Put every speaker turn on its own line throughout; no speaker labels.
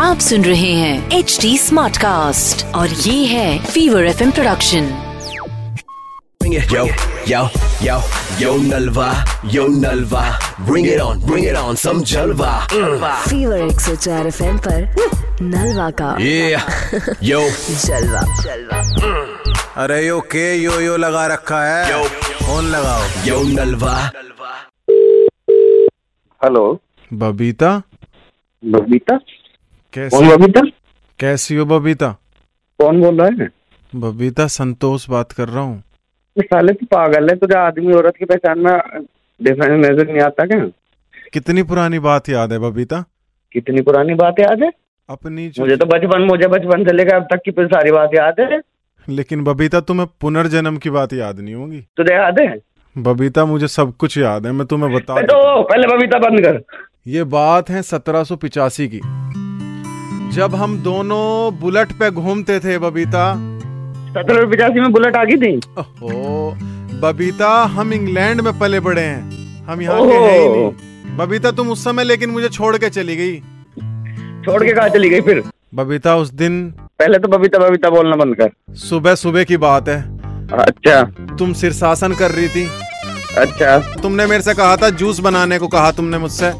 आप सुन रहे हैं एच डी स्मार्ट कास्ट और ये है fever F production
Bring it. Yo, yo, yo, yo Nalva, yo Nalva. Bring it on, bring it on, some Jalva. Mm.
Fever एक सौ चार एफ एम नलवा का
Yeah, yo,
जलवा जलवा
अरे यो के यो यो लगा रखा है
Yo.
फोन लगाओ
yo Nalva.
Hello
Babita
Babita कौन
कैसी
बबीता
कैसी हो बबीता
कौन बोल रहा है
बबीता संतोष बात कर रहा हूँ
ये साले तो पागल है तुझे आदमी औरत की पहचान में डिफरेंस नजर नहीं आता क्या
कितनी पुरानी बात याद है बबीता
कितनी पुरानी बात याद है
अपनी जो
मुझे तो बचपन मुझे बचपन से लेकर अब तक की पूरी सारी बात याद है
लेकिन बबीता तुम्हें पुनर्जन्म की बात याद नहीं होगी
तुझे याद है
बबीता मुझे सब कुछ याद है मैं तुम्हें बता
तो
दूं।
पहले बबीता बंद कर
ये बात है 1785 की जब हम दोनों बुलेट पे घूमते थे बबीता
सत्रह सौ पिचासी में बुलेट आ गई थी
ओहो बबीता हम इंग्लैंड में पले बड़े हैं हम यहाँ के
ओहो।
हैं ही नहीं बबीता तुम उस समय लेकिन मुझे छोड़ के चली गई
छोड़ के कहा चली गई फिर
बबीता उस दिन
पहले तो बबीता बबीता बोलना बंद कर
सुबह सुबह की बात है
अच्छा
तुम शीर्षासन कर रही थी
अच्छा
तुमने मेरे से कहा था जूस बनाने को कहा तुमने मुझसे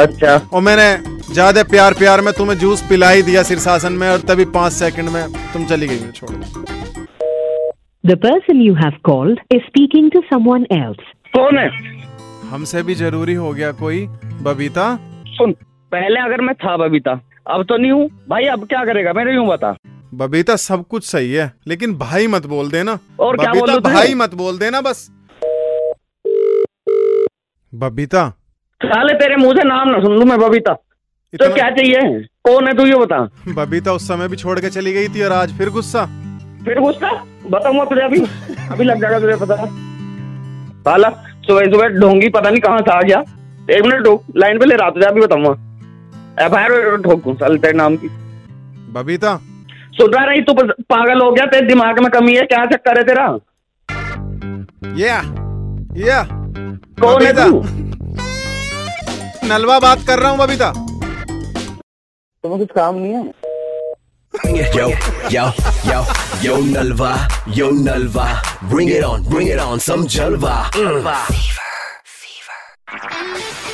अच्छा
और मैंने ज्यादा प्यार प्यार में तुम्हें जूस पिला ही दिया शीर्षासन में और तभी पांच सेकंड में तुम चली गई मुझे छोड़ के।
The person you have called is speaking to someone else.
कौन है
हमसे भी जरूरी हो गया कोई बबीता
सुन पहले अगर मैं था बबीता अब तो नहीं हूँ भाई अब क्या करेगा मेरे यूं बता
बबीता सब कुछ सही है लेकिन भाई मत बोल देना
और क्या
बबीता
बोलूं तुझे?
भाई मत बोल देना बस बबीता
तो साले तेरे मुंह से नाम ना सुन लूं मैं बबीता तो
इतना-
क्या चाहिए कौन है तू ये बता
बबीता उस समय भी छोड़ के चली गई थी और आज फिर गुस्सा
फिर गुस्सा बताऊंगा तुझे अभी अभी लग जाएगा तुझे पता साला सुबह सुबह ढोंगी पता नहीं कहाँ से आ गया एक मिनट रुक लाइन पे ले रहा तुझे अभी बताऊंगा एफ आई आर ठोकू साले तेरे नाम की
बबीता
सुन रहा है नहीं तू पस- पागल हो गया तेरे दिमाग में कमी है क्या चक्कर है तेरा
ये ये
कौन है
बबीता।
तू
नलवा बात कर रहा हूँ बबीता
तुम्हें कुछ काम नहीं है
Bring it. Yo, yo, yo, yo Nalva, yo Nalva. Bring it on, bring it on, some Jalva. Mm.